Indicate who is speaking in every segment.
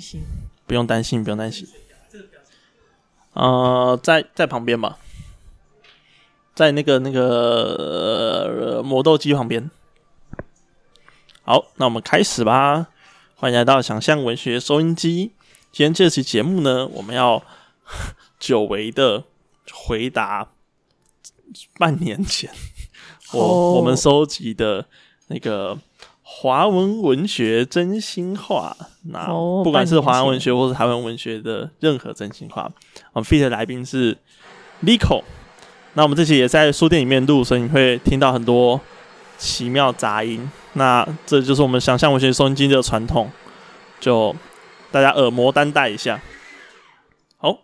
Speaker 1: 心。
Speaker 2: 不用担心，不用担心。呃，在在旁边吧，在那个那个、呃、磨豆机旁边。好，那我们开始吧。欢迎来到想象文学收音机。今天这期节目呢，我们要 久违的回答半年前我、
Speaker 1: 哦
Speaker 2: 我们收集的那个华文文学真心话。那
Speaker 1: 哦
Speaker 2: 不管是华
Speaker 1: 半
Speaker 2: 文
Speaker 1: 年前
Speaker 2: 文学或是台湾文学的任何真心话，我们 feat 的来宾是 Lico。那我们这期也在书店里面录，所以你会听到很多奇妙杂音。那这就是我们想象文学收音机的传统，就大家耳膜担待一下。好，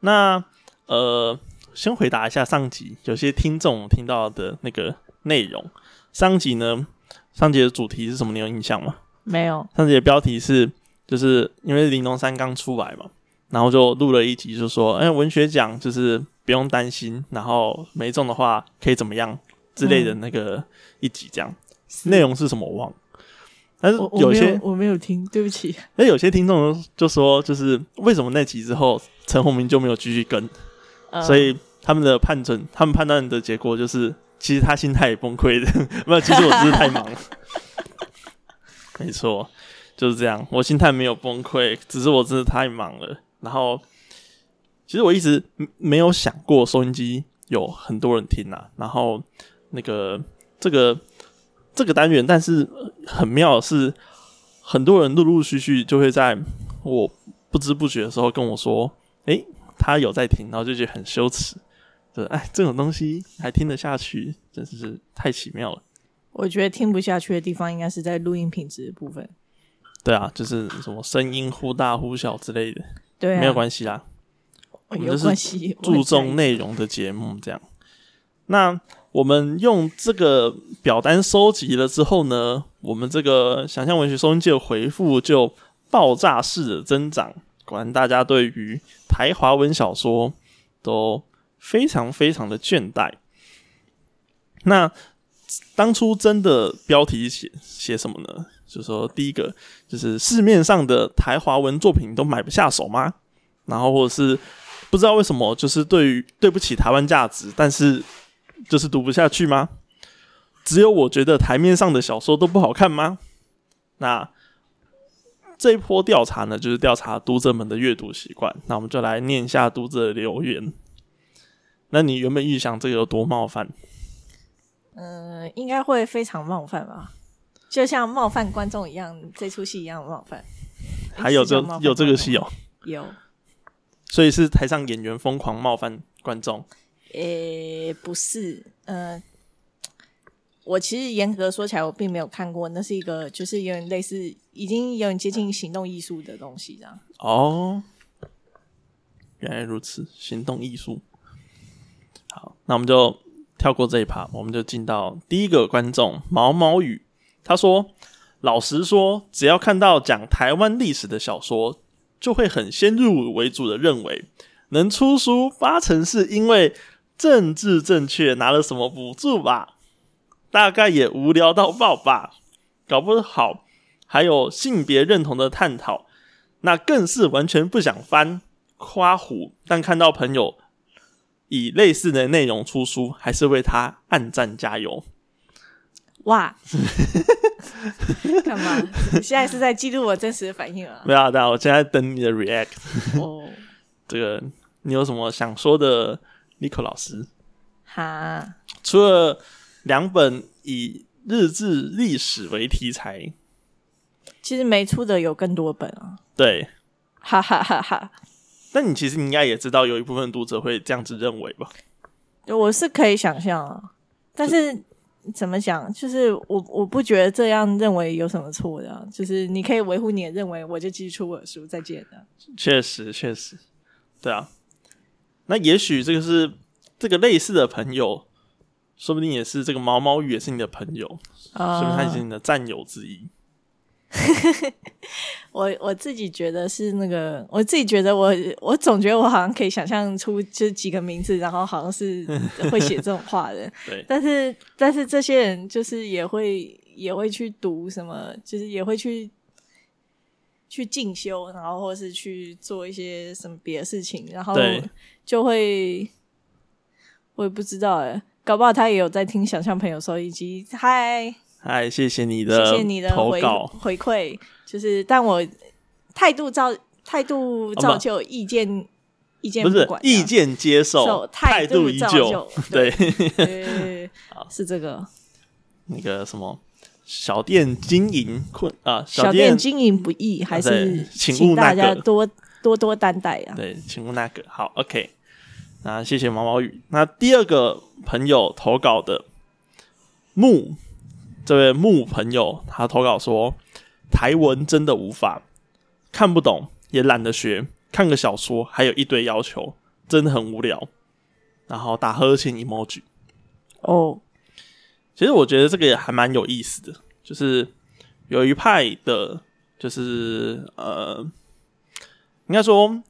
Speaker 2: 那呃，先回答一下上集有些听众听到的那个内容。上集呢，上集的主题是什么？你有印象吗？
Speaker 1: 没有，
Speaker 2: 上集的标题是，就是因为玲珑三刚出来嘛，然后就录了一集，就说，哎、文学奖就是不用担心，然后没中的话可以怎么样之类的那个一集，这样内、容是什么我忘了。但
Speaker 1: 嗯
Speaker 2: 是
Speaker 1: 我我
Speaker 2: 有
Speaker 1: 没
Speaker 2: 些
Speaker 1: 有，我没有听，对不起。
Speaker 2: 那有些听众就说，就是为什么那集之后陈鸿明就没有继续跟，
Speaker 1: 呃
Speaker 2: 所以他们的判准，他们判断的结果就是，其实他心态也崩溃的。 没有，其实我只是太忙了。没错，就是这样。我心态没有崩溃，只是我真的太忙了。然后，其实我一直没没有想过收音机有很多人听啊。然后，那个这个这个单元，但是呃很妙的是，很多人陆陆续续就会在我不知不觉的时候跟我说：“诶、他有在听，然后就觉得很羞耻，就是哎，这种东西还听得下去，真是太奇妙了。
Speaker 1: 我觉得听不下去的地方应该是在录音品质的部分。
Speaker 2: 对啊，就是什么声音忽大忽小之类的，
Speaker 1: 对啊，
Speaker 2: 没有关系啦，
Speaker 1: 哦
Speaker 2: 我们
Speaker 1: 有
Speaker 2: 就是
Speaker 1: 关系，我很
Speaker 2: 注
Speaker 1: 在意
Speaker 2: 重内容的节目这样。那我们用这个表单收集了之后呢，我们这个想象文学收音机的回复就爆炸式的增长。果然，大家对于台华文小说都非常非常的倦怠。那当初真的标题写写什么呢？就说第一个就是市面上的台华文作品都买不下手吗？然后或者是不知道为什么，就是对于对不起台湾价值，但是就是读不下去吗？只有我觉得台面上的小说都不好看吗？那这一波调查呢，就是调查读者们的阅读习惯。那我们就来念一下读者的留言。那你原本预想这个有多冒犯？
Speaker 1: 嗯、应该会非常冒犯吧，就像冒犯观众一样，这出戏一样冒犯。诶
Speaker 2: 还有这
Speaker 1: 是叫冒犯
Speaker 2: 有这个
Speaker 1: 观众
Speaker 2: 戏
Speaker 1: 吗
Speaker 2: 哦，
Speaker 1: 有，
Speaker 2: 所以是台上演员疯狂冒犯观众。
Speaker 1: 诶、不是，呃，我其实严格说起来，我并没有看过，那是一个就是有点类似，已经有点接近行动艺术的东西这样。
Speaker 2: 哦，原来如此，行动艺术。好，那我们就跳过这一趴，我们就进到第一个观众毛毛雨，他说：“老实说，只要看到讲台湾历史的小说，就会很先入为主的认为，能出书八成是因为政治正确拿了什么补助吧，大概也无聊到爆吧，搞不好还有性别认同的探讨。”那更是完全不想翻夸虎，但看到朋友以类似的内容出书，还是为他暗赞加油。
Speaker 1: 哇，干嘛？你现在是在记录我真实的反应 啊？
Speaker 2: 没有啊，大家，我现在等你的 react。
Speaker 1: 哦，
Speaker 2: 这个你有什么想说的，Nico 老师？
Speaker 1: 哈，
Speaker 2: 除了两本以日志历史为题材，
Speaker 1: 其实没出的有更多本啊，
Speaker 2: 对，
Speaker 1: 哈哈哈哈。
Speaker 2: 但你其实应该也知道，有一部分读者会这样子认为吧？
Speaker 1: 我是可以想象啊，但是怎么讲，就是我我不觉得这样认为有什么错的啊、就是你可以维护你的认为，我就继续出我的书，再见的。
Speaker 2: 确实，确实，对啊。那也许这个是这个类似的朋友，说不定也是这个毛毛雨也是你的朋友，说明他也是
Speaker 1: 啊，
Speaker 2: 你的战友之一。
Speaker 1: 我我自己觉得是那个，我自己觉得我我总觉得我好像可以想象出就是几个名字，然后好像是会写这种话的，
Speaker 2: 对，
Speaker 1: 但是但是这些人就是也会也会去读什么，就是也会去去进修，然后或是去做一些什么别的事情，然后
Speaker 2: 对
Speaker 1: 就会，我也不知道哎，搞不好他也有在听想象朋友收音机，嗨，
Speaker 2: 嗨，谢谢你的
Speaker 1: 谢谢你的
Speaker 2: 投
Speaker 1: 回
Speaker 2: 稿，
Speaker 1: 回馈，就是但我态度造态度
Speaker 2: 好吧
Speaker 1: 造就意见意见
Speaker 2: 哦不是
Speaker 1: 管这样
Speaker 2: 意见接受
Speaker 1: 受，
Speaker 2: 态
Speaker 1: 度
Speaker 2: 已
Speaker 1: 造
Speaker 2: 久。
Speaker 1: 就，
Speaker 2: 对，
Speaker 1: 对对对 对是这个
Speaker 2: 那个什么小店经营困啊，
Speaker 1: 小
Speaker 2: 店啊
Speaker 1: 店经营不易，还
Speaker 2: 对
Speaker 1: 是
Speaker 2: 请勿
Speaker 1: 请大
Speaker 2: 那
Speaker 1: 家
Speaker 2: 个
Speaker 1: 多多多担待啊。
Speaker 2: 对，请问那个好，OK。那谢谢毛毛雨。那第二个朋友投稿的木，这位木朋友他投稿说，台文真的无法看不懂，也懒得学，看个小说还有一堆要求，真的很无聊。然后打呵欠 emoji。
Speaker 1: 哦，
Speaker 2: 其实我觉得这个也还蛮有意思的，就是有一派的，就是呃，应该说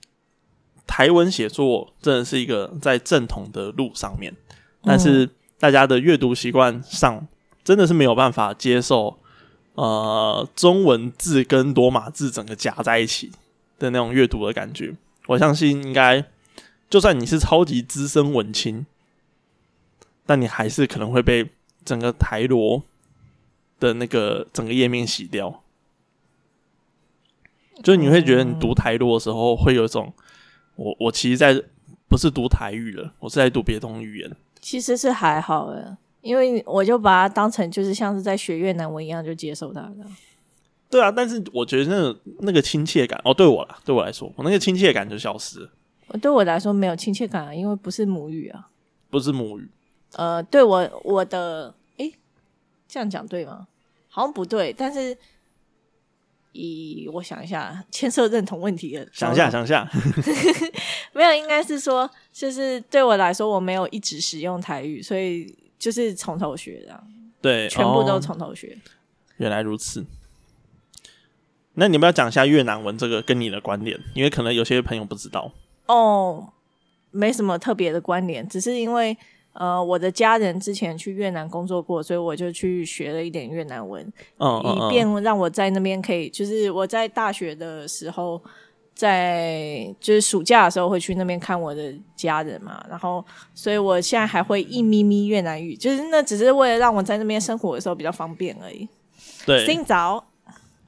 Speaker 2: 台文写作真的是一个在正统的路上面，但是大家的阅读习惯上真的是没有办法接受呃中文字跟罗马字整个夹在一起的那种阅读的感觉。我相信应该，就算你是超级资深文青，但你还是可能会被整个台罗的那个整个页面洗掉。
Speaker 1: 嗯
Speaker 2: 就是你会觉得你读台罗的时候，会有一种我我其实在不是读台语了，我是在读别种语言。
Speaker 1: 其实是还好诶，因为我就把它当成就是像是在学越南文一样，就接受它的。
Speaker 2: 对啊，但是我觉得那种那个亲切感，哦，对我啦，对我来说，我那个亲切感就消失了，
Speaker 1: 我对我来说没有亲切感啊，因为不是母语啊。
Speaker 2: 不是母语。
Speaker 1: 呃，对我我的诶，这样讲对吗？好像不对，但是以我想一下，牵涉认同问题的，
Speaker 2: 想一下，想一下，
Speaker 1: 没有，应该是说，就是对我来说，我没有一直使用台语，所以就是从头学的啊，
Speaker 2: 对，
Speaker 1: 全部都
Speaker 2: 哦
Speaker 1: 从头学。
Speaker 2: 原来如此。那你们要讲一下越南文这个跟你的关联，因为可能有些朋友不知道。
Speaker 1: 哦，没什么特别的关联，只是因为呃，我的家人之前去越南工作过，所以我就去学了一点越南文，
Speaker 2: 嗯嗯
Speaker 1: 以
Speaker 2: 嗯，
Speaker 1: 便让我在那边可以，就是我在大学的时候，在就是暑假的时候会去那边看我的家人嘛，然后所以我现在还会一咪咪越南语，就是那只是为了让我在那边生活的时候比较方便而已。
Speaker 2: 对，
Speaker 1: 新早，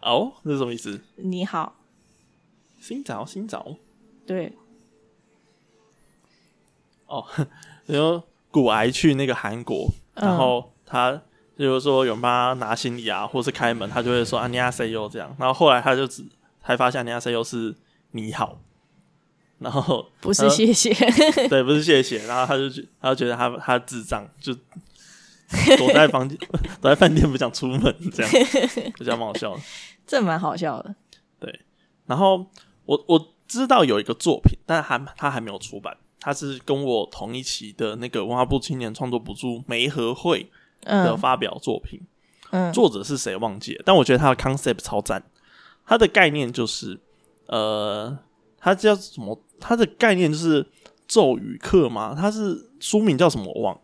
Speaker 2: 哦，这是什么意思？
Speaker 1: 你好，
Speaker 2: 新早，新早，
Speaker 1: 对，
Speaker 2: 然后骨癌去那个韩国，
Speaker 1: 嗯
Speaker 2: 然后他就是说有妈拿行李啊，或是开门，他就会说啊你亚 say yo 这样。然后后来他就只才发现你亚 say yo 是你好，然后
Speaker 1: 不是
Speaker 2: 呃
Speaker 1: 谢谢，
Speaker 2: 对，不是谢谢，然后他就觉他就觉得他他智障，就躲在房间 躲在饭店不想出门这样，比较蛮好笑的。
Speaker 1: 这蛮好笑的。
Speaker 2: 然后我我知道有一个作品，但还它还没有出版，它是跟我同一期的那个文化部青年创作补助媒合会的
Speaker 1: 嗯
Speaker 2: 发表作品，
Speaker 1: 嗯
Speaker 2: 作者是谁忘记了，但我觉得他的 concept 超赞。他的概念就是，呃，他叫什么？他的概念就是咒语课吗？他是书名叫什么我忘了，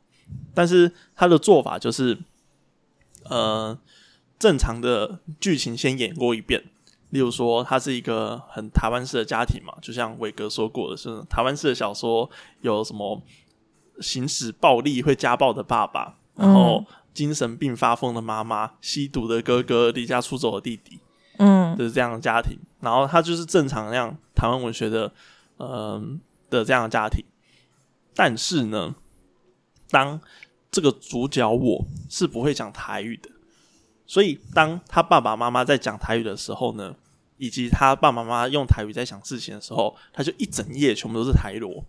Speaker 2: 但是他的做法就是，呃，正常的剧情先演过一遍。例如说，他是一个很台湾式的家庭嘛，就像伟哥说过的是，台湾式的小说有什么行使暴力会家暴的爸爸，然后精神病发疯的妈妈、吸毒的哥哥、离家出走的弟弟，
Speaker 1: 嗯
Speaker 2: 就是这样的家庭。然后他就是正常那样台湾文学的，嗯、的这样的家庭。但是呢，当这个主角我是不会讲台语的，所以当他爸爸妈妈在讲台语的时候呢，以及他爸爸妈妈用台语在想事情的时候，他就一整页全部都是台罗，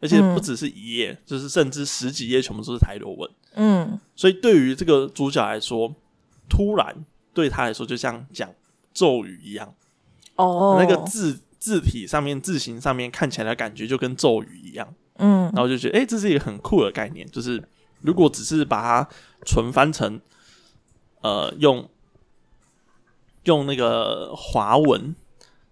Speaker 2: 而且
Speaker 1: 嗯
Speaker 2: 不只是一页，就是甚至十几页全部都是台罗文。
Speaker 1: 嗯
Speaker 2: 所以对于这个主角来说，突然对他来说就像讲咒语一样，
Speaker 1: 哦，
Speaker 2: 那个字字体上面、字形上面看起来的感觉就跟咒语一样，
Speaker 1: 嗯
Speaker 2: 然后就觉得诶，这是一个很酷的概念。就是如果只是把它纯翻成呃用用那个华文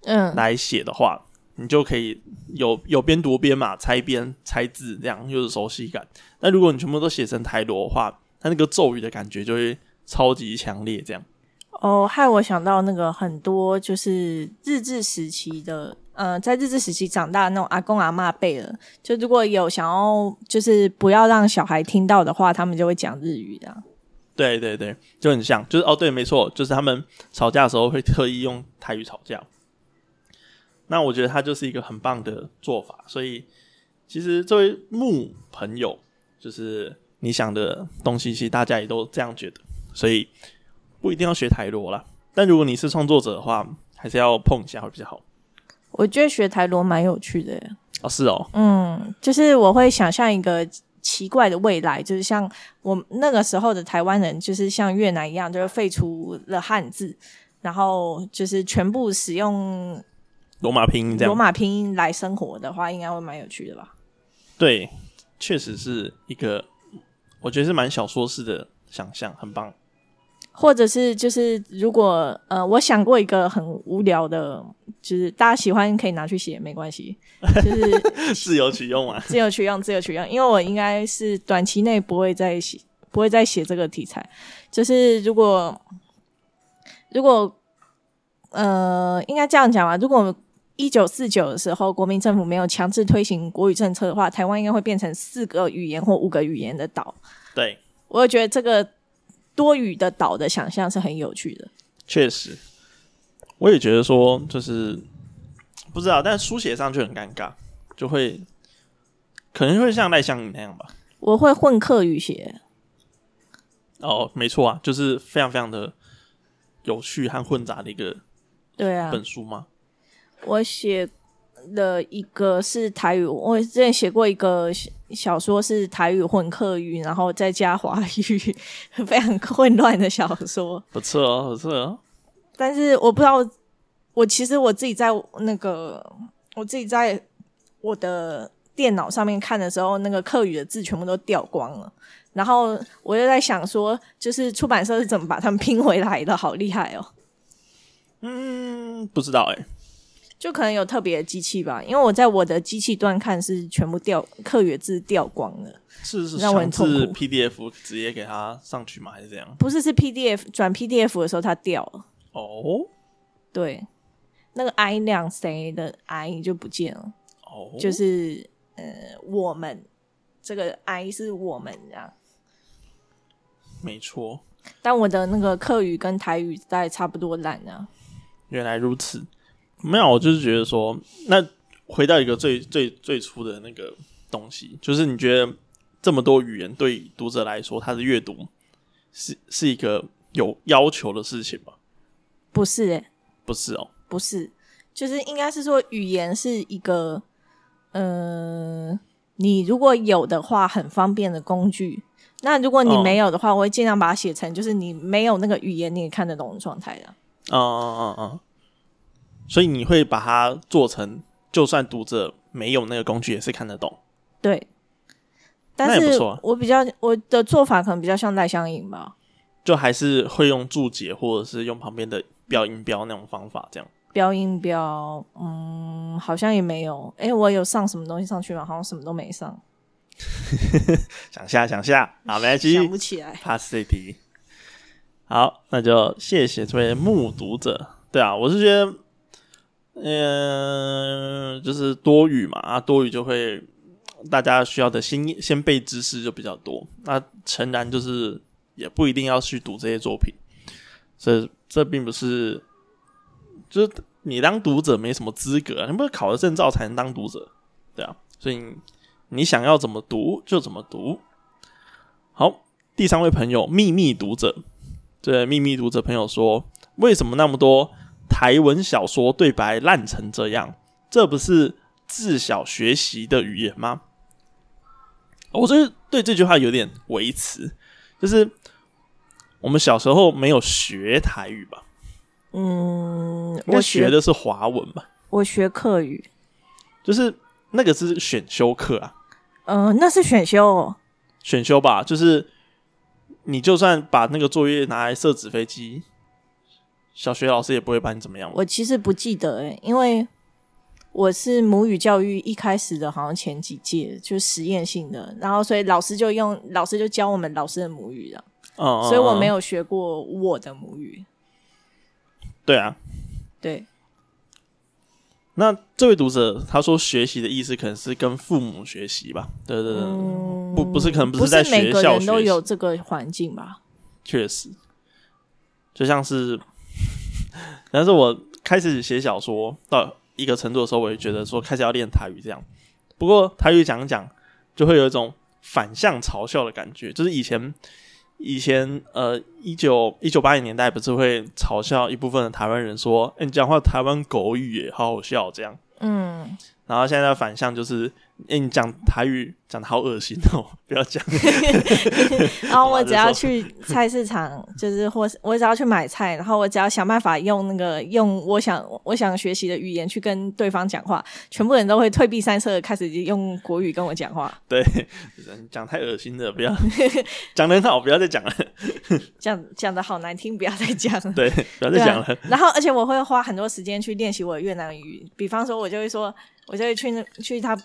Speaker 1: 嗯
Speaker 2: 来写的话，你就可以有有边读边嘛，拆边拆字，这样又是熟悉感。那如果你全部都写成台罗的话，它那个咒语的感觉就会超级强烈，这样
Speaker 1: 哦，害我想到那个很多就是日治时期的，呃，在日治时期长大的那种阿公阿嬷辈了，就如果有想要就是不要让小孩听到的话，他们就会讲日语的。
Speaker 2: 对对对，就很像，就是哦，对，没错，就是他们吵架的时候会特意用台语吵架。那我觉得他就是一个很棒的做法，所以其实这位木朋友，就是你想的东西，其实大家也都这样觉得，所以不一定要学台罗啦。但如果你是创作者的话，还是要碰一下会比较好。
Speaker 1: 我觉得学台罗蛮有趣的耶，
Speaker 2: 哦，是哦，
Speaker 1: 嗯，就是我会想象一个奇怪的未来，就是像我那个时候的台湾人，就是像越南一样，就是废除了汉字，然后就是全部使用
Speaker 2: 罗马拼音这
Speaker 1: 罗
Speaker 2: 样，
Speaker 1: 马拼音来生活的话，应该会蛮有趣的吧？
Speaker 2: 对，确实是一个，我觉得是蛮小说式的想象，很 棒。
Speaker 1: 或者是就是如果呃，我想过一个很无聊的，就是大家喜欢可以拿去写，没关系，就是
Speaker 2: 自由取用啊，
Speaker 1: 自由取用，自由取用，因为我应该是短期内不会再写，不会再写这个题材。就是如果如果呃，应该这样讲吧，如果一九四九的时候国民政府没有强制推行国语政策的话，台湾应该会变成四个语言或五个语言的岛。
Speaker 2: 对，
Speaker 1: 我也觉得这个多语的岛的想象是很有趣的。
Speaker 2: 确实，我也觉得说就是不知道，但书写上就很尴尬，就会可能会像赖香吟那样吧。
Speaker 1: 我会混客语写，
Speaker 2: 哦，没错啊，就是非常非常的有趣和混杂的一个
Speaker 1: 对啊，
Speaker 2: 本书嘛。
Speaker 1: 我写了一个是台语，我之前写过一个小小说是台语混客语，然后再加华语，非常混乱的小说。
Speaker 2: 不错哦，不错哦。
Speaker 1: 但是我不知道，我其实我自己在那个我自己在我的电脑上面看的时候，那个客语的字全部都掉光了。然后我就在想说，就是出版社是怎么把它们拼回来的，好厉害哦！
Speaker 2: 嗯，不知道哎、
Speaker 1: 就可能有特别的机器吧，因为我在我的机器端看是全部掉客语的字掉光了，
Speaker 2: 是是
Speaker 1: 让我很
Speaker 2: 强
Speaker 1: 痛
Speaker 2: 制
Speaker 1: 苦
Speaker 2: PDF 直接给它上去吗？还是怎样？
Speaker 1: 不是是 PDF 转 PDF 的时候它掉了，
Speaker 2: 哦
Speaker 1: 对，那个 I 两谁的 I 就不见了，
Speaker 2: 哦，
Speaker 1: 就是呃我们这个 I 是我们这样，
Speaker 2: 没错，
Speaker 1: 但我的那个客语跟台语大概差不多烂啊，
Speaker 2: 原来如此。没有，我就是觉得说，那回到一个最最最初的那个东西，就是你觉得这么多语言对读者来说，他的阅读是是一个有要求的事情吗？
Speaker 1: 不是欸诶、
Speaker 2: 不是哦，
Speaker 1: 不是，就是应该是说语言是一个，呃，你如果有的话，很方便的工具。那如果你
Speaker 2: 哦
Speaker 1: 没有的话，我会尽量把它写成，就是你没有那个语言你也看得懂的状态的。
Speaker 2: 嗯嗯嗯嗯，所以你会把它做成，就算读者没有那个工具，也是看得懂。
Speaker 1: 对，但
Speaker 2: 那也不
Speaker 1: 是
Speaker 2: 错啊
Speaker 1: 我比较我的做法可能比较像赖香吟吧，
Speaker 2: 就还是会用注解，或者是用旁边的标音标那种方法，这样
Speaker 1: 标音标，嗯，好像也没有。诶，我有上什么东西上去吗？好像什么都没上，
Speaker 2: 想下想下，好，没关系，
Speaker 1: 想不起来。
Speaker 2: pass 这题。好，那就谢谢这位目睹者。对啊，我是觉得，嗯、就是多语嘛，啊，多语就会大家需要的先先辈知识就比较多。那诚然就是也不一定要去读这些作品，这这并不是，就是你当读者没什么资格、啊，你不是考了证照才能当读者，对啊，所以你你想要怎么读就怎么读。好，第三位朋友秘密读者，这秘密读者朋友说，为什么那么多台文小说对白烂成这样？这不是自小学习的语言吗？我就是对这句话有点维持，就是我们小时候没有学台语吧？
Speaker 1: 嗯，
Speaker 2: 我
Speaker 1: 我
Speaker 2: 学
Speaker 1: 学
Speaker 2: 的是华文吧？
Speaker 1: 我学客语，
Speaker 2: 就是那个是选修课啊，
Speaker 1: 嗯、那是选修、哦。
Speaker 2: 选修吧，就是你就算把那个作业拿来射纸飞机，小学老师也不会把你怎么样吧。
Speaker 1: 我其实不记得诶、因为我是母语教育一开始的，好像前几届就实验性的，然后所以老师就用老师就教我们老师的母语了，
Speaker 2: 嗯，
Speaker 1: 所以我没
Speaker 2: 有
Speaker 1: 有学过我的母语。
Speaker 2: 对啊，
Speaker 1: 对，
Speaker 2: 那这位读者他说学习的意思可能是跟父母学习吧？对对对，
Speaker 1: 嗯，
Speaker 2: 不不是可能不
Speaker 1: 不
Speaker 2: 是在
Speaker 1: 每
Speaker 2: 学
Speaker 1: 个
Speaker 2: 校
Speaker 1: 人都
Speaker 2: 学
Speaker 1: 有
Speaker 2: 习，
Speaker 1: 这个环境吧？
Speaker 2: 确实，就像是， 但是我开始写小说到一个程度的时候，我也觉得说开始要练台语这样。不过台语讲一讲，就会有一种反向嘲笑的感觉，就是以前。以前，呃，一九一九八零年代不是会嘲笑一部分的台湾人说：“哎、你讲话台湾狗语耶，好好笑。”这样，
Speaker 1: 嗯，
Speaker 2: 然后现在的反向就是，哎、你讲台语讲的好恶心哦，不要讲。
Speaker 1: 然后
Speaker 2: 哇
Speaker 1: 我
Speaker 2: 这
Speaker 1: 只要
Speaker 2: 说
Speaker 1: 去菜市场，就是或是我只要去买菜，然后我只要想办法用那个用我想我想学习的语言去跟对方讲话，全部人都会退避三舍，开始用国语跟我讲话，
Speaker 2: 对，就是讲太恶心了，不要讲的很好，不要再讲了。
Speaker 1: 讲讲的好难听，不要再讲 了。
Speaker 2: 对，不要
Speaker 1: 对啊
Speaker 2: 再讲了。
Speaker 1: 然后，而且我会花很多时间去练习我的越南语。比方说，我就会说，我就会去那去他，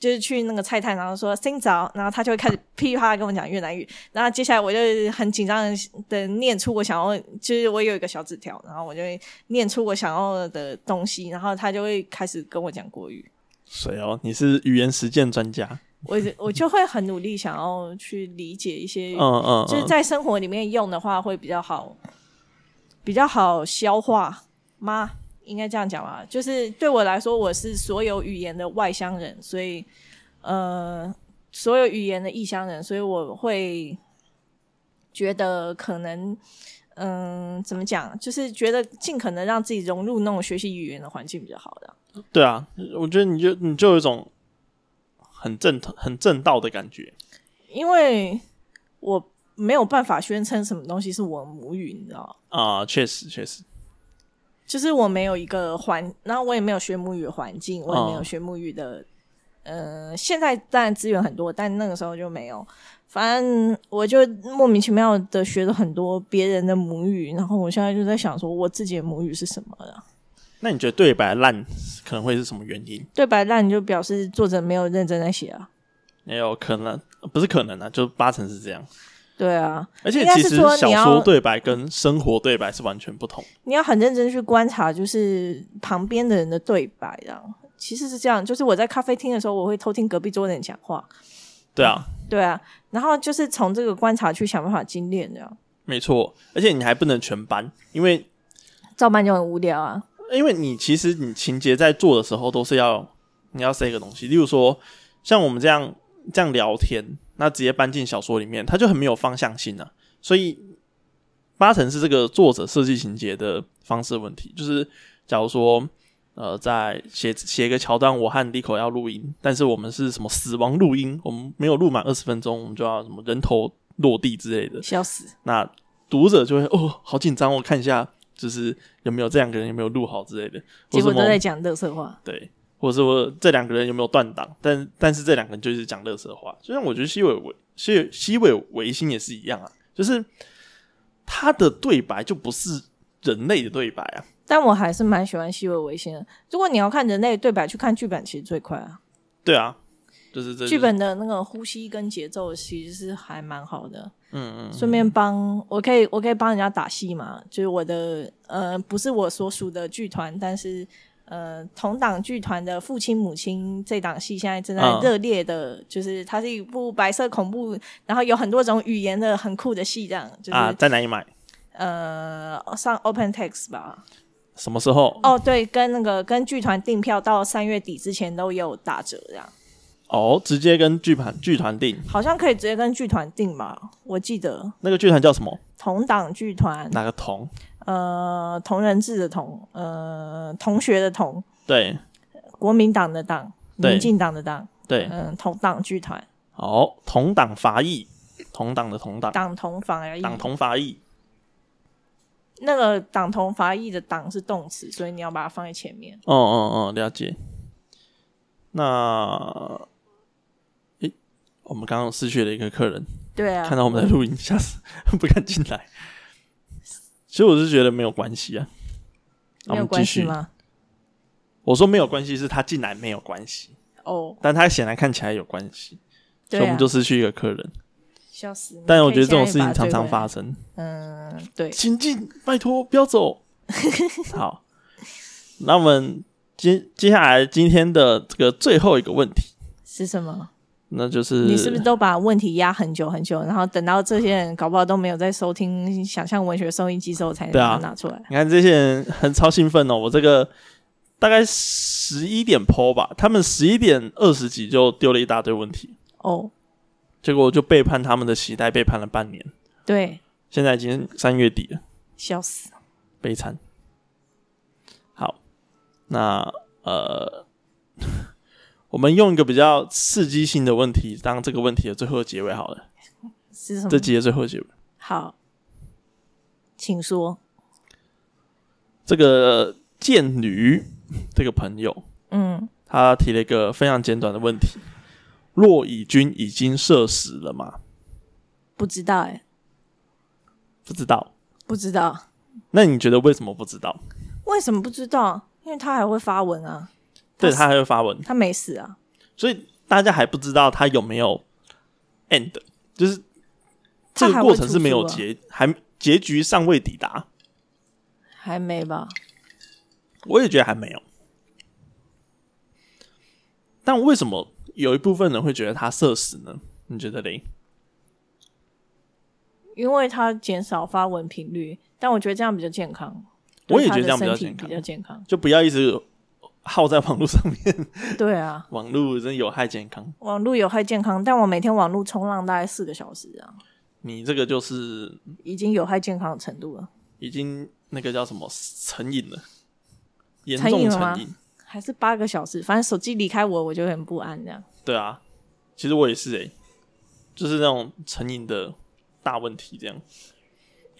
Speaker 1: 就是去那个菜摊，然后说“新早”，然后他就会开始噼里啪啦跟我讲越南语。然后接下来我就很紧张的念出我想要，就是我有一个小纸条，然后我就会念出我想要的东西，然后他就会开始跟我讲国语。
Speaker 2: 谁哦？你是语言实践专家？
Speaker 1: 我就我就会很努力想要去理解一些
Speaker 2: 嗯嗯
Speaker 1: 就是
Speaker 2: 嗯，
Speaker 1: 在生活里面用的话会比较好，比较好消化吗？应该这样讲吧。就是对我来说，我是所有语言的外乡人，所以呃，所有语言的异乡人，所以我会觉得可能。嗯，怎么讲？就是觉得尽可能让自己融入那种学习语言的环境比较好的。
Speaker 2: 对啊，我觉得你就你就有一种很正很正道的感觉。
Speaker 1: 因为我没有办法宣称什么东西是我的母语，你知道吗
Speaker 2: 啊、确实确实，
Speaker 1: 就是我没有一个环，然后我也没有学母语的环境，我也没
Speaker 2: 哦
Speaker 1: 有学母语的。呃，现在当然资源很多，但那个时候就没有。反正我就莫名其妙的学了很多别人的母语，然后我现在就在想说，我自己的母语是什么了？
Speaker 2: 那你觉得对白烂可能会是什么原因？
Speaker 1: 对白烂就表示作者没有认真在写啊。
Speaker 2: 也有可能，不是可能啊，就八成是这样。
Speaker 1: 对啊，
Speaker 2: 而且
Speaker 1: 应该
Speaker 2: 其
Speaker 1: 是
Speaker 2: 实
Speaker 1: 说你
Speaker 2: 小
Speaker 1: 要
Speaker 2: 说对白跟生活对白是完全不同的。
Speaker 1: 你要很认真去观察，就是旁边的人的对白这样。其实是这样，就是我在咖啡厅的时候，我会偷听隔壁桌的人讲话，
Speaker 2: 对啊，
Speaker 1: 对啊，然后就是从这个观察去想办法精炼这样。
Speaker 2: 没错，而且你还不能全搬，因为
Speaker 1: 照办就很无聊啊。
Speaker 2: 因为你其实你情节在做的时候都是要你要塞一个东西，例如说像我们这样这样聊天，那直接搬进小说里面，它就很没有方向性啊。所以八成是这个作者设计情节的方式问题，就是假如说。呃，在写写一个桥段，我和 Lico 要录音，但是我们是什么死亡录音，我们没有录满二十分钟，我们就要什么人头落地之类的。
Speaker 1: 笑死！
Speaker 2: 那读者就会哦，好紧张，我看一下，就是有没有这两个人有没有录好之类的，或
Speaker 1: 结
Speaker 2: 什
Speaker 1: 果都
Speaker 2: 么
Speaker 1: 在讲乐色话。
Speaker 2: 对，或者说这两个人有没有断档，但但是这两个人就是讲乐色话，就像我觉得西尾维西西尾维新也是一样啊，就是他的对白就不是人类的对白啊，
Speaker 1: 但我还是蛮喜欢西尾维新的。如果你要看人类对白，去看剧本其实最快啊。
Speaker 2: 对啊，就是这
Speaker 1: 剧，本的那个呼吸跟节奏其实是还蛮好的。
Speaker 2: 嗯嗯，
Speaker 1: 顺便帮我可以我可以帮人家打戏嘛，就是我的呃不是我所属的剧团，但是呃同档剧团的父亲母亲这档戏现在正在
Speaker 2: 嗯
Speaker 1: 热烈的，就是它是一部白色恐怖，然后有很多种语言的很酷的戏，这样就是、
Speaker 2: 啊，在哪里买？
Speaker 1: 呃上 Open Text 吧，
Speaker 2: 什么时候？
Speaker 1: 哦，对，跟那个跟剧团订票到三月底之前都有打折，这样
Speaker 2: 哦，直接跟剧团剧团订，
Speaker 1: 好像可以直接跟剧团订吧？我记得
Speaker 2: 那个剧团叫什么？
Speaker 1: 同党剧团，
Speaker 2: 哪个同？
Speaker 1: 呃，同人志的同，呃，同学的同，
Speaker 2: 对
Speaker 1: 国民党的党，
Speaker 2: 对
Speaker 1: 民进党的党，
Speaker 2: 对，
Speaker 1: 嗯、同党剧团，
Speaker 2: 好，同党伐异，同党的同党，
Speaker 1: 党同伐异，
Speaker 2: 党同伐异。
Speaker 1: 那个党同伐异的党是动词，所以你要把它放在前面。
Speaker 2: 哦哦哦，了解。那，诶、我们刚刚失去了一个客人，
Speaker 1: 对啊，
Speaker 2: 看到我们在录音，吓死， 不敢进来。其实我是觉得没有关系啊，
Speaker 1: 没
Speaker 2: 那我
Speaker 1: 有
Speaker 2: 们
Speaker 1: 关
Speaker 2: 继
Speaker 1: 系
Speaker 2: 续。
Speaker 1: 吗？
Speaker 2: 我说没有关系，是他进来没有关系，
Speaker 1: 哦，
Speaker 2: 但他显然看起来有关系，所
Speaker 1: 对
Speaker 2: 以
Speaker 1: 啊，
Speaker 2: 我们就失去一个客人。
Speaker 1: 笑死。
Speaker 2: 但
Speaker 1: 你
Speaker 2: 我
Speaker 1: 可
Speaker 2: 觉
Speaker 1: 以
Speaker 2: 得这种事
Speaker 1: 现在把
Speaker 2: 情
Speaker 1: 它
Speaker 2: 常
Speaker 1: 追
Speaker 2: 常
Speaker 1: 回来
Speaker 2: 发生。
Speaker 1: 嗯，对，
Speaker 2: 请进，拜托，不要走。好，那我们接接下来今天的这个最后一个问题，
Speaker 1: 是什么？
Speaker 2: 那就是
Speaker 1: 你是不是都把问题压很久很久，然后等到这些人搞不好都没有在收听想象文学收音机之后才
Speaker 2: 对
Speaker 1: 把
Speaker 2: 啊
Speaker 1: 它拿出来？
Speaker 2: 你看这些人很超兴奋哦，我这个大概十一点剖吧，他们十一点二十几就丢了一大堆问题，
Speaker 1: 哦，
Speaker 2: 结果我就背叛他们的期待，背叛了半年，
Speaker 1: 对，
Speaker 2: 现在已经三月底了，
Speaker 1: 笑死。
Speaker 2: 悲惨。好，那呃， 我们用一个比较刺激性的问题当这个问题的最后结尾好了，
Speaker 1: 是什么
Speaker 2: 这？集的最后结尾。
Speaker 1: 好，请说。
Speaker 2: 这个剑女这个朋友，
Speaker 1: 嗯，
Speaker 2: 她提了一个非常简短的问题：若以军已经射死了吗？
Speaker 1: 不知道哎、
Speaker 2: 不知道。
Speaker 1: 不知道
Speaker 2: 那你觉得为什么不知道？
Speaker 1: 为什么不知道？因为他还会发文啊，
Speaker 2: 对
Speaker 1: 死
Speaker 2: 他还会发文，
Speaker 1: 他没死啊。
Speaker 2: 所以大家还不知道他有没有 end，就是这
Speaker 1: 他
Speaker 2: 个
Speaker 1: 还会
Speaker 2: 过程是没有
Speaker 1: 出书啊
Speaker 2: 结，还结局尚未抵达。
Speaker 1: 还没吧？
Speaker 2: 我也觉得还没有。但为什么有一部分人会觉得他社死呢？你觉得嘞？
Speaker 1: 因为他减少发文频率，但我觉得这样比较健康。
Speaker 2: 我也
Speaker 1: 对他
Speaker 2: 觉
Speaker 1: 的
Speaker 2: 得这样比较
Speaker 1: 身体
Speaker 2: 健康
Speaker 1: 比较健康。
Speaker 2: 就不要一直耗在网络上面，
Speaker 1: 对啊，
Speaker 2: 网络真有害健康。
Speaker 1: 网络有害健康，但我每天网络冲浪大概四个小时啊，
Speaker 2: 你这个就是
Speaker 1: 已经有害健康的程度了，
Speaker 2: 已经那个叫什么成瘾了，严
Speaker 1: 成
Speaker 2: 重
Speaker 1: 瘾了吗
Speaker 2: 成瘾。
Speaker 1: 还是八个小时。反正手机离开我，我就很不安这样。
Speaker 2: 对啊，其实我也是诶、欸就是那种成瘾的大问题，这样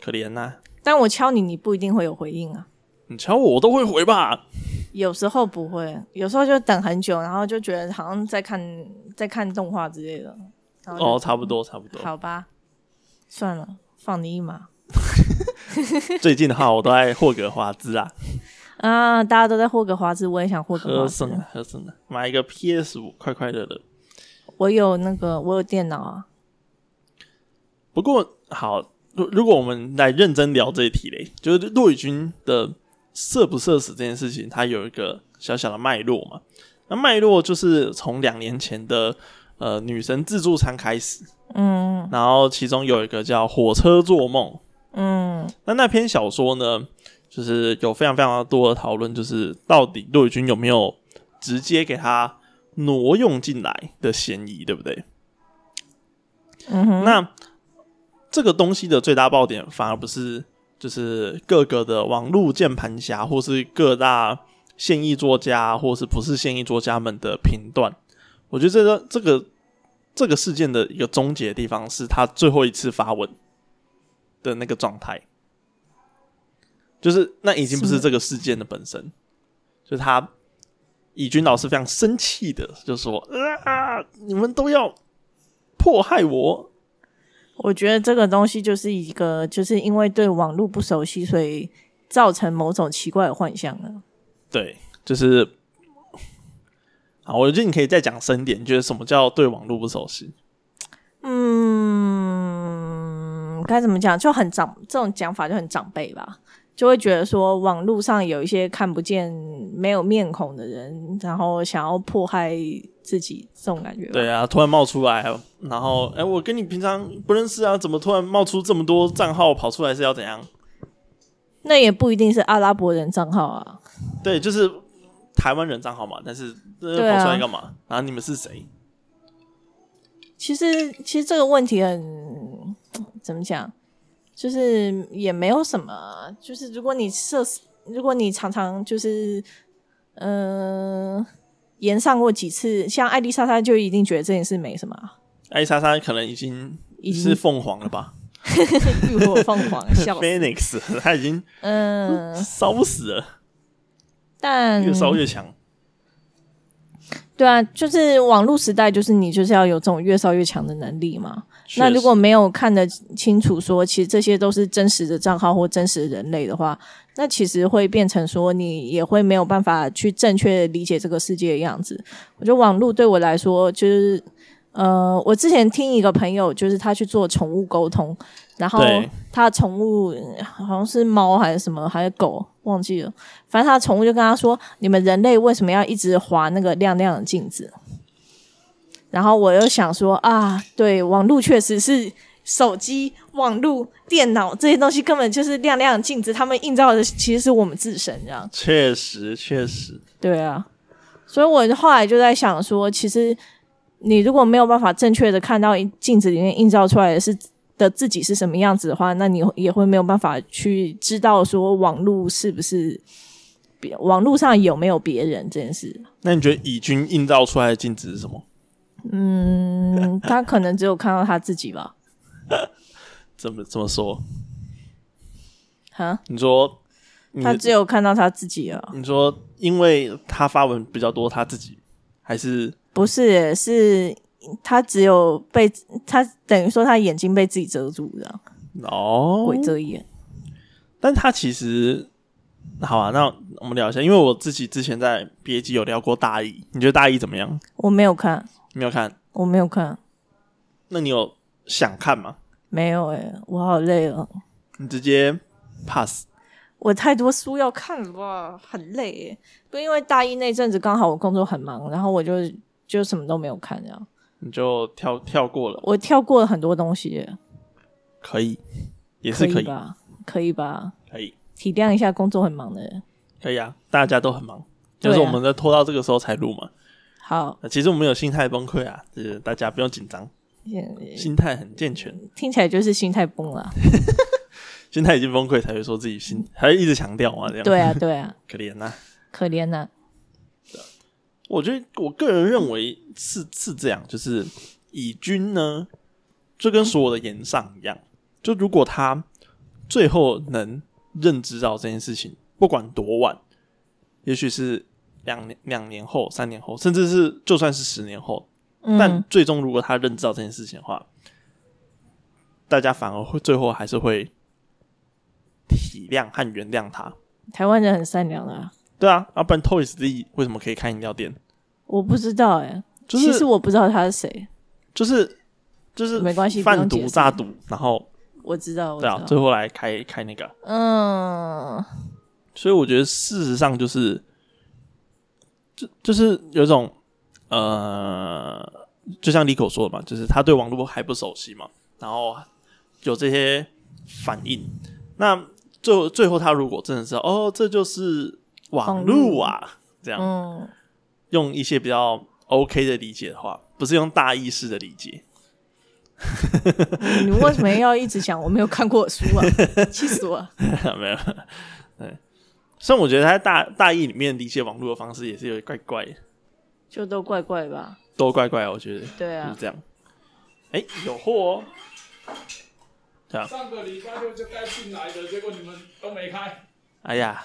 Speaker 2: 可怜呐、
Speaker 1: 但我敲你，你不一定会有回应啊。
Speaker 2: 你瞧我，我都会回吧。
Speaker 1: 有时候不会，有时候就等很久，然后就觉得好像在看在看动画之类的。然后
Speaker 2: 哦，差不多，差不
Speaker 1: 就，
Speaker 2: 多。
Speaker 1: 好吧，算了，放你一马
Speaker 2: 最近的话，我都爱霍格华兹啊，
Speaker 1: 啊！大家都在霍格华兹，我也想霍格
Speaker 2: 喝
Speaker 1: 华兹
Speaker 2: 剩。了，喝剩了，买一个 PS 五，快快乐乐。
Speaker 1: 我有那个，我有电脑啊。
Speaker 2: 不过好，如如果我们来认真聊这一题嘞，就是骆宇君的射不射死这件事情，它有一个小小的脉络嘛。那脉络就是从两年前的呃女神自助餐开始，
Speaker 1: 嗯
Speaker 2: 然后其中有一个叫《火车做梦》，
Speaker 1: 嗯，
Speaker 2: 那那篇小说呢，就是有非常非常多的讨论，就是到底骆宇君有没有直接给他挪用进来的嫌疑，对不对？
Speaker 1: 嗯哼，
Speaker 2: 那这个东西的最大爆点，反而不是就是各个的网络键盘侠，或是各大现役作家，或是不是现役作家们的评断。我觉得这个这个这个事件的一个终结的地方，是他最后一次发文的那个状态，就是那已经不
Speaker 1: 什
Speaker 2: 是
Speaker 1: 么
Speaker 2: 这个事件的本身，就是他。以军老师非常生气的就说：“啊，你们都要迫害我，
Speaker 1: 我觉得这个东西就是一个，就是因为对网络不熟悉，所以造成某种奇怪的幻啊象了。
Speaker 2: 对，就是啊，我觉得你可以再讲深一点，你觉得什么叫对网络不熟悉？
Speaker 1: 嗯，该怎么讲？就很长这种讲法就很长辈吧，就会觉得说网络上有一些看不见、没有面孔的人，然后想要迫害自己，这种感觉吧。
Speaker 2: 对啊，突然冒出来，然后哎、我跟你平常不认识啊，怎么突然冒出这么多账号跑出来是要怎样？
Speaker 1: 那也不一定是阿拉伯人账号啊。
Speaker 2: 对，就是台湾人账号嘛，但是、呃
Speaker 1: 对啊
Speaker 2: 跑出来干嘛？然后你们是谁？
Speaker 1: 其实，其实这个问题很怎么讲，就是也没有什么，啊就是如果你涉，如果你常常就是，嗯、延上过几次，像艾丽莎莎就一定觉得这件事没什么啊，
Speaker 2: 艾莎莎可能已经
Speaker 1: 已经
Speaker 2: 是凤凰了吧
Speaker 1: 浴火凤凰，笑死。
Speaker 2: ，Phoenix，他已 经
Speaker 1: 嗯，
Speaker 2: 烧死了，
Speaker 1: 但
Speaker 2: 越烧越强。
Speaker 1: 对啊，就是网络时代，就是你就是要有这种越烧越强的能力嘛。
Speaker 2: 确
Speaker 1: 那
Speaker 2: 实
Speaker 1: 如果没有看得清楚说，其实这些都是真实的账号或真实的人类的话，那其实会变成说你也会没有办法去正确地理解这个世界的样子。我觉得网络对我来说就是。呃，我之前听一个朋友，就是他去做宠物沟通，然后
Speaker 2: 对
Speaker 1: 他的宠物嗯好像是猫还是什么，还是狗，忘记了。反正他的宠物就跟他说：“你们人类为什么要一直划那个亮亮的镜子？”然后我又想说啊，对，网络确实是手机、网络、电脑这些东西根本就是亮亮的镜子，他们映照的其实是我们自身这样。
Speaker 2: 确实确实，
Speaker 1: 对啊，所以我后来就在想说，其实你如果没有办法正确的看到镜子里面映照出来的是的自己是什么样子的话，那你也会没有办法去知道说网络是不是别网络上有没有别人这件事。
Speaker 2: 那你觉得以军映照出来的镜子是什么？
Speaker 1: 嗯，他可能只有看到他自己吧。
Speaker 2: 怎么怎么说？
Speaker 1: 哈，
Speaker 2: 你说你
Speaker 1: 他只有看到他自己啊？
Speaker 2: 你说，因为他发文比较多，他自己还是
Speaker 1: 不是耶，是他只有被他等于说他眼睛被自己遮住这样，
Speaker 2: 哦
Speaker 1: 鬼，遮眼。
Speaker 2: 但他其实好啊。那我们聊一下，因为我自己之前在别集有聊过大一，你觉得大一怎么样？
Speaker 1: 我没有看，
Speaker 2: 没有看？
Speaker 1: 我没有看。
Speaker 2: 那你有想看吗？
Speaker 1: 没有哎、我好累哦，
Speaker 2: 你直接 pass。
Speaker 1: 我太多书要看了吧，很累耶。不，因为大一那阵子刚好我工作很忙，然后我就就什么都没有看，这样
Speaker 2: 你就跳跳过了，
Speaker 1: 我跳过了很多东西耶，
Speaker 2: 可以，也是可以，
Speaker 1: 吧？可以吧？
Speaker 2: 可以，
Speaker 1: 体谅一下工作很忙的人。
Speaker 2: 可以啊！大家都很忙，
Speaker 1: 对啊
Speaker 2: 就是我们在拖到这个时候才录嘛。
Speaker 1: 好，
Speaker 2: 呃其实我们有心态崩溃啊，就是大家不用紧张，
Speaker 1: 嗯
Speaker 2: 心态很健全。
Speaker 1: 听起来就是心态崩了。
Speaker 2: 心态已经崩溃，才会说自己心，还一直强调啊，这样
Speaker 1: 对啊，对啊，
Speaker 2: 可怜呐、
Speaker 1: 可怜啊呐、
Speaker 2: 我觉得我个人认为是是这样，就是以军呢，就跟所有的言上一样，就如果他最后能认知到这件事情，不管多晚，也许是两年、两年后、三年后，甚至是就算是十年后，但
Speaker 1: 嗯，
Speaker 2: 最终如果他认知到这件事情的话，大家反而会最后还是会体谅和原谅他。
Speaker 1: 台湾人很善良的、啊，
Speaker 2: 对啊，啊，不然 Toys D 为什么可以开饮料店？
Speaker 1: 我不知道哎、
Speaker 2: 就
Speaker 1: 其实
Speaker 2: 是
Speaker 1: 我不知道他是谁，
Speaker 2: 就是就是
Speaker 1: 没关系，不
Speaker 2: 贩
Speaker 1: 用解
Speaker 2: 毒
Speaker 1: 释
Speaker 2: 炸赌，然后
Speaker 1: 我知道，我知
Speaker 2: 对啊，
Speaker 1: 道，
Speaker 2: 最后来开开那个。
Speaker 1: 嗯，
Speaker 2: 所以我觉得事实上就是，就就是有一种呃，就像李口说的嘛，就是他对网络还不熟悉嘛，然后有这些反应。那最后最后他如果真的知道哦，这就是网络啊，这样
Speaker 1: 嗯，
Speaker 2: 用一些比较 OK 的理解的话，不是用大意识的理解。
Speaker 1: 你为什么要一直讲我没有看过的书啊？ 气死我了！
Speaker 2: 没有，对。虽然我觉得他在大大意里面理解网络的方式也是有点怪怪，的，
Speaker 1: 就都怪怪吧？
Speaker 2: 都怪怪的，我觉得
Speaker 1: 对
Speaker 2: 就是
Speaker 1: 啊，
Speaker 2: 这样。哎、有货哦！
Speaker 3: 上个礼拜六就该进来的，结果你们都没开。
Speaker 2: 哎呀，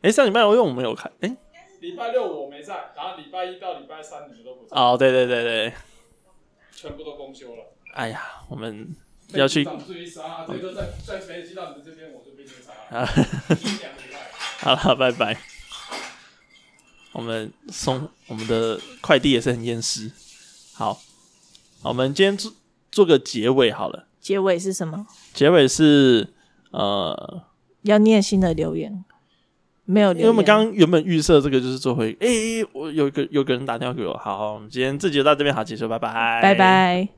Speaker 2: 哎、上礼拜我用我们有看，哎、
Speaker 3: 礼拜六我没在，然后礼拜一到礼拜三你们都不在，
Speaker 2: 哦，对对对对，
Speaker 3: 全部都公休了。
Speaker 2: 哎呀，我们要去
Speaker 3: 被组长追杀，这个在在飞机到你们这边我就被追杀了，
Speaker 2: 啊，
Speaker 3: 一两个礼拜。
Speaker 2: 好了，拜拜。我们送我们的快递也是很厌世。好，好我们今天做做个结尾好了。
Speaker 1: 结尾是什么？
Speaker 2: 结尾是呃，
Speaker 1: 要念新的留言，没有留
Speaker 2: 因
Speaker 1: 言。
Speaker 2: 为我们刚刚原本预设这个就是最后一个，哎、我有一个有个人打电话给我，好，我们今天这集就到这边，好，结束，拜拜，
Speaker 1: 拜拜。